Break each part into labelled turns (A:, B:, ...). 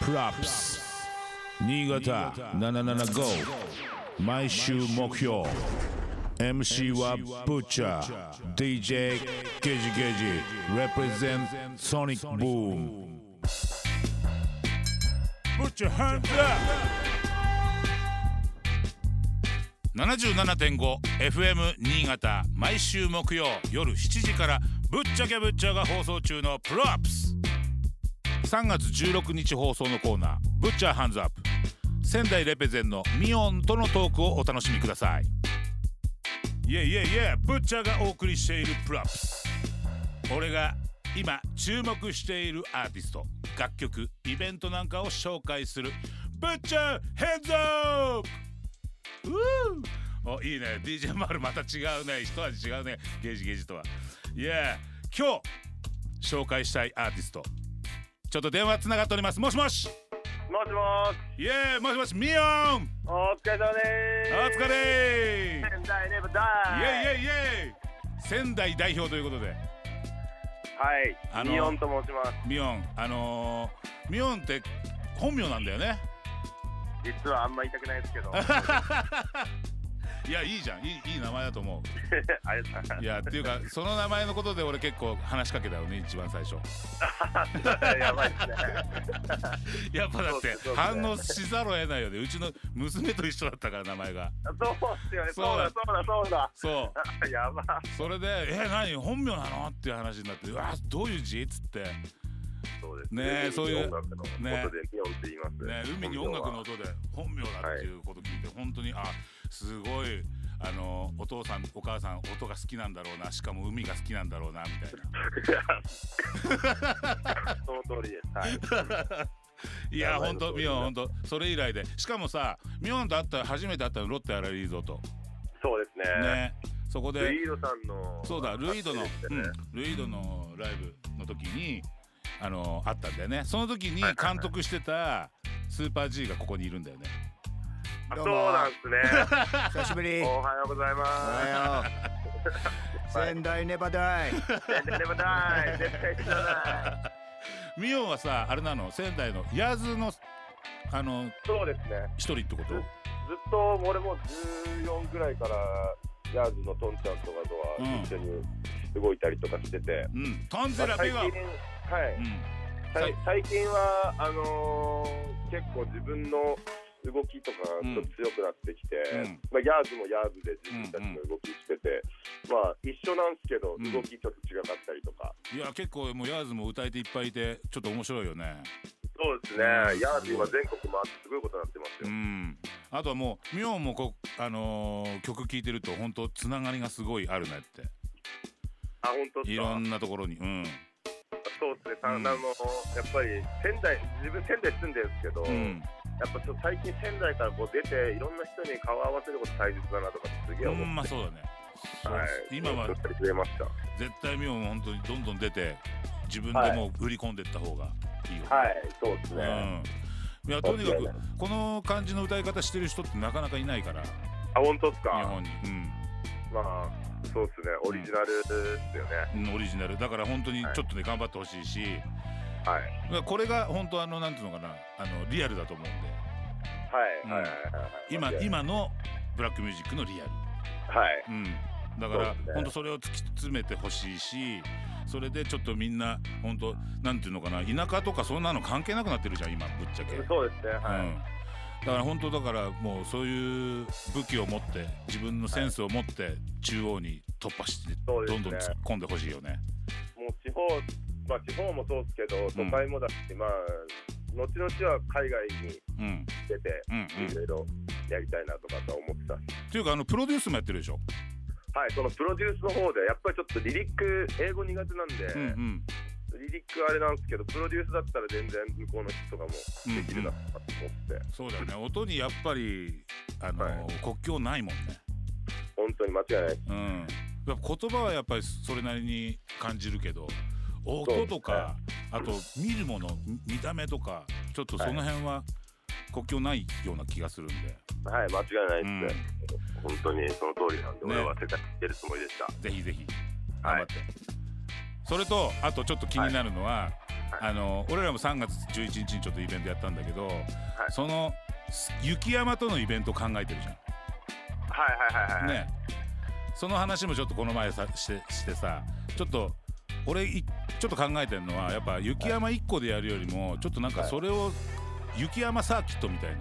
A: プラプス新潟775毎週目標 MC はブッチャー DJ ゲジゲジ represent ソニックブーム Put your hands up!
B: 77.5FM 新潟毎週木曜夜7時から「ぶっちゃけぶっちゃ」が放送中の「プロアップス」3月16日放送のコーナー「ぶっちゃハンズアップ」仙台レペゼンのミオンとのトークをお楽しみくださいいえいえいえぶっちゃがお送りしている「プロアップス」俺が今注目しているアーティスト楽曲イベントなんかを紹介する「ぶっちゃヘンズアップ」うーおいいね DJ マルまた違うね一味違うねゲージゲージとはいや今日紹介したいアーティストちょっと電話つながっておりますもしもし
C: もしもし。
B: イエーもしもしミヨン
C: お疲れ様で
B: お
C: す。
B: 疲れイエーイイエ
C: 仙台レブダイ。
B: ーイイエーイ仙台代表ということで
C: はい。
B: あの
C: ミヨンと申します。
B: ミヨンあのー、ミヨンって本名なんだよね
C: 実はあんま言いたくな いですけど。あ
B: いやいいじゃんいいいい名前だと思
C: りがとうござ
B: う
C: い
B: いやっていう かその名前のことで俺結構話しかけたよね一番最初
C: ます。やばいですね。
B: やっぱだっ
C: そう
B: て
C: ですね
B: 反応しざるを得ないよねうちの娘と一緒だったから名前が
C: そうですよね。
B: そ
C: そうう
B: だ
C: だそうだそうだ。
B: そう
C: あやば。
B: それで「え何本名なの?」っていう話になって「うわどういう字?」っつって、
C: そうです
B: ねえそういう
C: 音楽のことで
B: ね
C: ミヨンって言います。
B: ね、海に音楽の音で本名だっていうこと聞いて本当にあすごいあのお父さんお母さん音が好きなんだろうなしかも海が好きなんだろうなみたいな
C: その通りで す。はい。
B: いや本当ミオン本当それ以来でしかもさミオンと会った初めて会ったのロッテアラリーゾート
C: そうですね。
B: ねそこで
C: ルイードさんの。
B: そうだルイードの、
C: あっちです
B: う
C: ね
B: ん、ルイードのライブの時にあのあったんだよねその時に
C: はいはいはい
B: 監督してたスーパー G がここにいるんだよね
C: あ
D: ど
C: そう
D: うも
C: なんですね。
D: 久し ぶり。お
C: おはようございます。
D: はよう。
C: はい
D: 仙台ネバダイ。
C: 全然レブダイ。絶対知らない。
B: ミオンはさあれなの仙台のヤズのあの
C: そうですね。
B: 一人ってこと
C: ずっと俺も14ぐらいからヤーズのトンちゃんとかと
B: うん
C: は一緒に動いたりとかしてて、
B: うんトン
C: ま
B: ゼ
C: あ
B: ラ
C: 最
B: ペガ
C: 近は
B: う
C: い
B: ん、さい
C: 最最近はあのー結構自分の動きとかがちょっと強くなってきて、
B: うん
C: まあ、ヤーズもヤーズで自分たちの動きしてて、まあ一緒なんですけど
B: うん
C: 動きちょっと違かったりとか、
B: いや結構もうヤズも歌い手いっぱいいてちょっと面白いよね
C: そうですねヤーズ今全国回ってすごいことになってます
B: う
C: よ、
B: んあとはもうミオンもこあのー曲聴いてると本当つながりがすごいあるねって
C: あ本当
B: い
C: です
B: ろ
C: か
B: んなところにうん
C: そうですね、たあ
B: うん
C: のやっぱり仙台自分仙台住んでるんですけど、
B: うん
C: やっぱちょっと最近仙台からこう出ていろんな人に顔を合わせること大切だなとかすげえ
B: ほ
C: 思って、
B: んまそうだね、そう
C: はい、
B: 今は
C: ちょっと増えました
B: 絶対ミオンも本当にどんどん出て自分
C: は
B: で
C: い
B: もう売り込んでった方がいいよ、
C: はいそうですね、
B: うん、いやとにかくこの感じの歌い方してる人ってなかなかいないから日
C: あ本当ですか
B: 本に、
C: まあそうですねオリジナルですよね、
B: うん、オリジナルだから本当にちょっとね頑張ってほしいし
C: はい
B: これが本当あのなんていうのかなあのリアルだと思うんでうん
C: はい、はいはいはい
B: 今
C: はい
B: 今のブラックミュージックのリアル
C: はい
B: うん、だから、
C: そうですね
B: 本当それを突き詰めてほしいしそれでちょっとみんな本当なんていうのかな田舎とかそんなの関係なくなってるじゃん今ぶっちゃけ、
C: そうですねはい、
B: うん、だから本当だからもうそういう武器を持って自分のセンスを持って中央に突破してど
C: そうんです
B: ど
C: ね
B: ん突っ込んでほしいよね
C: もう地方まあ地方もそうですけど都会もだし、まあ後々は海外に
B: うん
C: 出て
B: うんうん
C: いろいろやりたいなとかとは思ってたし
B: っていうかあのプロデュースもやってるでしょ、
C: はい、そのプロデュースの方で、やっぱりちょっとリリック、英語苦手なんで、
B: うん
C: リリックあれなんですけど、プロデュースだったら全然向こうの人とかも
B: うん
C: できるなと思って、
B: そうだよね音にやっぱりあの、
C: はい
B: 国境ないもんね
C: 本当に間違いないです。
B: うんやっぱ言葉はやっぱりそれなりに感じるけど音とか、あと見るものみ見た目とかちょっとその辺は国境ないような気がするんで、
C: はい、間違いないですね。本当にその通りなんで、
B: ね
C: 俺は世界に出るつもりでした。
B: ぜひぜひ
C: は
B: 頑張
C: い
B: って、それとあとちょっと気になるのは、あの俺らも3月11日にちょっとイベントやったんだけど、
C: い
B: そのす雪山とのイベント考えてるじゃ
C: はいはいは
B: ん、
C: いはい。
B: ねその話もちょっとこの前さしてしてさちょっと俺いちょっと考えてるのはやっぱ雪山1個でやるよりもちょっとなんかそれを雪山サーキットみたいな、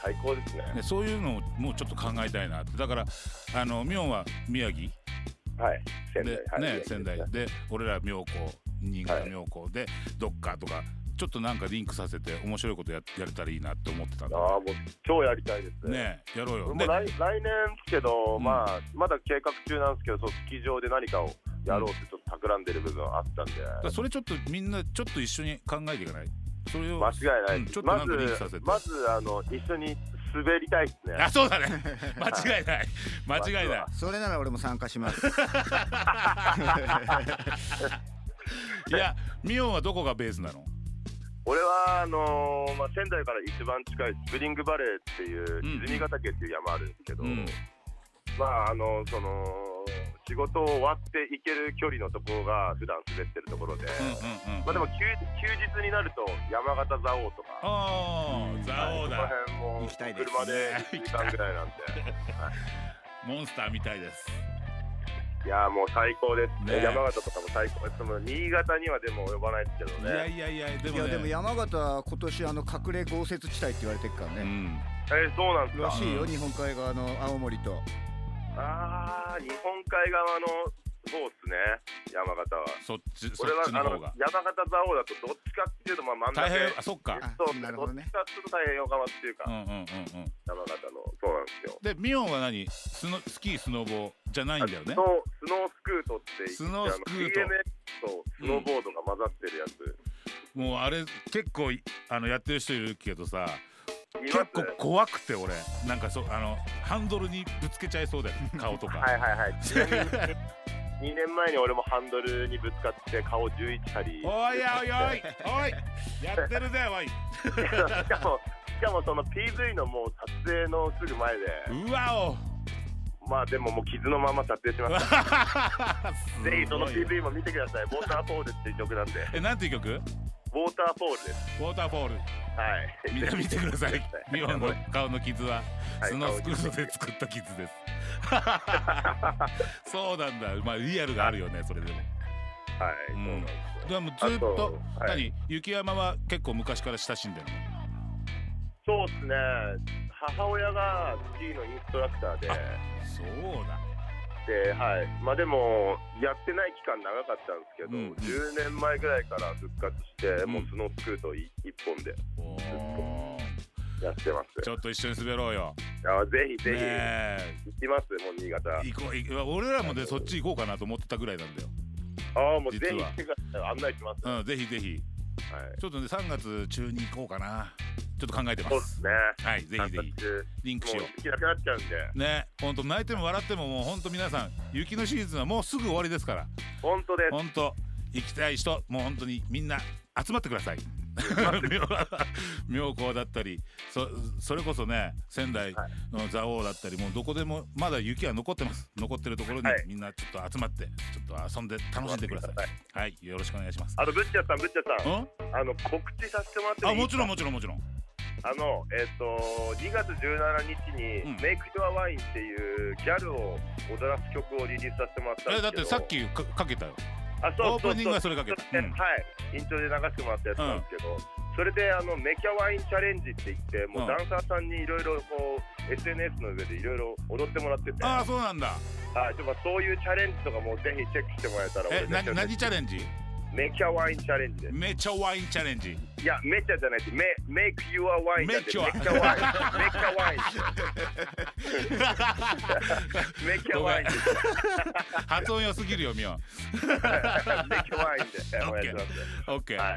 C: 最高ですね。
B: ね、そういうのをもうちょっと考えたいなってだからあのミョンは宮城
C: はい。仙台
B: で。
C: はい
B: ね、仙台
C: はい
B: で俺ら妙高新潟
C: はい
B: 妙高でどっかとかちょっとなんかリンクさせて面白いことややれたらいいなって思ってたん
C: あ
B: だ
C: あ、もう超やりたいですね。
B: ねやろうよ
C: 俺も
B: ね
C: 来来年ですけど、
B: うん
C: まあ、まだ計画中なんですけど、そうスキー場で何かをやろうってちょっと企んでる部分はあったんで、
B: だそれちょっとみんなちょっと一緒に考えていかないそれを
C: 間違いない、
B: うんちょっとな
C: ま
B: んかリンク
C: ず
B: させて、
C: まずあの一緒に滑りたいですね。
B: あそうだね 間違いない間違いない
D: それなら俺も参加します。
B: いやミオンはどこがベースなの
C: 俺はあのーまあ、仙台から一番近いスプリングバレーっていう
B: うん
C: 泉ヶ岳っていう山あるんですけど、
B: うん
C: まああのその仕事を終わって行ける距離のところが普段滑ってるところで、
B: うんうんうん
C: まあ、でも休休日になると山形蔵王とか。
B: ああ
C: は
B: 蔵
C: い
B: 王
C: こ
B: だ
C: の辺も
D: 行きたいです
C: 車で1時間ぐらいなん で
B: モンスターみたいです
C: いやもう最高です、ね、
B: ね
C: 山形とかも最高ですもう新潟にはでも及ばないですけど
B: いや
C: ね
B: いやいやで
D: い
B: も
D: や
B: ね
D: でも山形は今年あの隠れ豪雪地帯って言われてるから
B: う
D: ね。
B: ん
C: えーそうなんです
D: ら
C: か
D: しいよ、
B: うん
D: 日本海側の青森と。
C: あー日本海側のそうっすね山形は
B: そっちそっ
C: 俺は
B: ちの
C: あの
B: 方が
C: 山形蔵王だとどっちかっていうとまあ真ん
B: 大
C: 中
B: 変あそっか
D: あ
C: そう
D: なるほどね
C: っちかっていうと太平洋側っていうか、
B: うんうんうんうん
C: 山形のそうなんですよ
B: でミオンは何スノスキースノボじゃないんだよね
C: スノースノースクートって言って
B: スノースクート
C: あの BMX とスノーボードが混ざってるやつ、
B: もうあれ結構いあのやってる人いるけどさ
C: 見ます
B: 結構怖くて俺なんかそうあのハンドルにぶつけちゃい そうだよ顔とか、
C: はいはいはいちなみに2年前に俺もハンドルにぶつかって顔11針
B: おいおいおいおいやってるぜおい
C: しかもしかもその PV のもう撮影のすぐ前で
B: うわ
C: まあでももう傷のまま撮影しま
B: お
C: した
B: すごい
C: ぜひその PV も見てください。ウォーターフォールっていう曲なんで、
B: えなんていう曲ウ
C: ウォーターフォールです。
B: ォーターフォール
C: はい。
B: みんな見てくださいミオンの顔の傷は
C: はい
B: スノースクートで作った傷ですそうなんだまあリアルがあるよねそれでも
C: はい、
B: うん
C: そうなんです
B: でも
C: よ。
B: ずっと
C: あとはい
B: 何雪山は結構昔から親しんでるの
C: そうですね。母親がスキーのインストラクターで、
B: そうだ
C: で、はい。まあでも、やってない期間長かったんですけど、
B: うん
C: 10年前ぐらいから復活して、
B: ん
C: もうスノースクートい一本で
B: おー
C: やって ます。
B: ちょっと一緒に滑ろうよ
C: あぜひぜ
B: ね
C: ひ、
B: え
C: 行きます、もう新潟。
B: 行こう行こう俺らもねそっち行こうかなと思ってたぐらいなんだよ
C: ああ、もうぜ
B: 実
C: ひ
B: は
C: 来てください。案内します。はい。
B: うんぜひぜひちょっとね3月中に行こうかなちょっと考えてま
C: そうですすね。
B: はいぜひぜ
C: なんか中
B: ひリンクし
C: も
B: よ
C: う行きなくなっちゃうんで。
B: うねほんと泣いても笑ってももうほんと皆さん雪のシーズンはもうすぐ終わりですから
C: 本当です。
B: ほんと行きたい人もうほんとにみんな集まってください妙 妙高だったりそそれこそね仙台の蔵王だったりもうどこでもまだ雪は残ってます残ってるところに
C: はい
B: みんなちょっと集まってちょっと遊んで楽しんでください
C: はい
B: はいよろしくお願いします
C: あのブッチャーさん、ブッチャーさん、
B: ん
C: あの告知させてもらって
B: あ
C: もいい
B: もちろんもちろんもちろん
C: あの、えっ、と、2月17日に、
B: うん
C: メイクドアワインっていうギャルを踊らす曲をリリースさせてもらったん
B: え
C: ですけど。
B: だってさっきかかけたよ
C: あそう
B: オープニングはそれかけた
C: そうそう
B: うん
C: はい、イントロで流してもらったやつなんですけど、それであのメキャワインチャレンジって言って、もううんダンサーさんにいろいろこう SNS の上でいろいろ踊ってもらってて、
B: ああそうなんだ
C: はい、でもそういうチャレンジとかもぜひチェックしてもらえたら
B: え
C: 俺
B: な
C: めちゃ
B: 何チャレンジ
C: メキャワインチャレンジです。
B: めちゃワインチャレン ジ
C: いや、めちゃじゃないです。メ、メイクユアワイン。メイク
B: Make your-
C: ユアワイン。メイクワイ ン。メイクワインで。
B: 発音良すぎるよみよ
C: メイクワインで。お願いします。
B: オッケ
C: は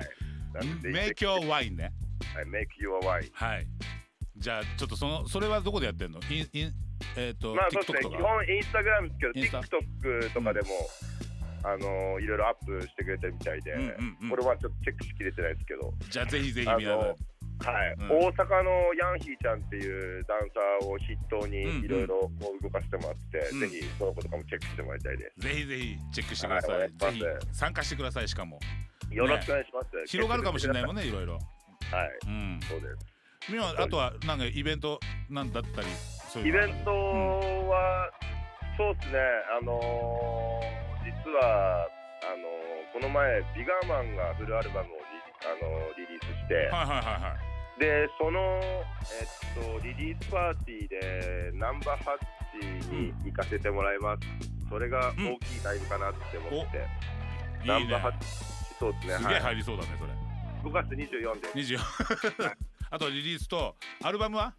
B: ー
C: い。なんで
B: 名教ワインね
C: はい、メイクユアワイン。
B: はいじゃあちょっとそのそれはどこでやってんのインインえっ、と、
C: まあ、そうで
B: TikTok
C: す
B: と
C: ね。基
B: か
C: 本インスタグラムです
B: インス
C: け
B: タ
C: ど、TikTok とかでも。あのー、いろいろアップしてくれてるみたいで
B: うんうんうん。
C: これはちょっとチェックしきれてないですけど。
B: じゃあぜひぜひ
C: あ
B: 皆さん
C: のはい、
B: うん
C: 大阪のヤンヒーちゃんっていうダンサーを筆頭にいろいろこう動かしてもらって、
B: うん
C: ぜひそのことかもチェックしてもらいたいです。
B: ぜひぜひチェックしてください、
C: はいお願いします
B: ぜひ参加してくださいしかも
C: よろしくお願いします。
B: 広がるかもしれないもん
C: ね。
B: ねいろいろ
C: はい、
B: うん
C: そうです。
B: みはあとはなんかイベントなんだったりそうい
C: イ
B: うの
C: ベントは、そうですね、あのー実はあのーこの前、ビガーマンがフルアルバムをリ,、あのーリリースして、
B: はいはいはいはい
C: でその、えっと、リリースパーティーでナンバーハッチに行かせてもらいます、それが大きいライブかなって思って、
B: いい
C: ナ
B: ね
C: ンバーハッチ、そうですね、
B: すげえ
C: はい、
B: 入りそうだねそれ
C: 5月24で、
B: 24 あとリリースとアルバムは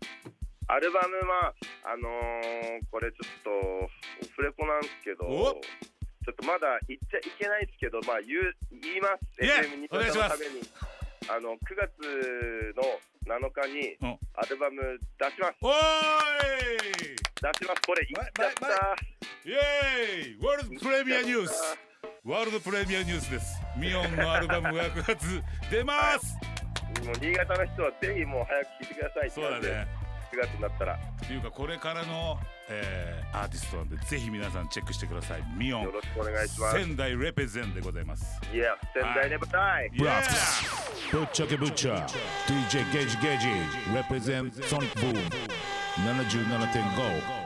C: アルバムは、あのーこれちょっと、オフレコなんですけど、
B: お
C: ちょっとまだ言っちゃいけないですけど、まあ、言う言います、
B: いえ
C: FM に
B: お願いしま
C: の
B: す
C: ために、あの9月の7日に
B: うん
C: アルバム出します、
B: おー
C: 出します、これ、言っちゃった
B: バイいイエーイワールドプレミアニュースワールドプレミアニュースですミオンのアルバムが9月出ます
C: もう新潟の人はぜひもう早く聴いてくださいって
B: そうだ
C: 感じで、
B: ね
C: 9月になったら、
B: っていうかこれからの、えーアーティストなんでぜひ皆さんチェックしてくださいミオン
C: よろしくお願いします。
B: 仙台レペゼンでございます
C: いや、仙台ネバダイ。
A: ブラックスぶっちゃけぶっちゃ DJ ゲージゲージ represent Sonic Boom 77.5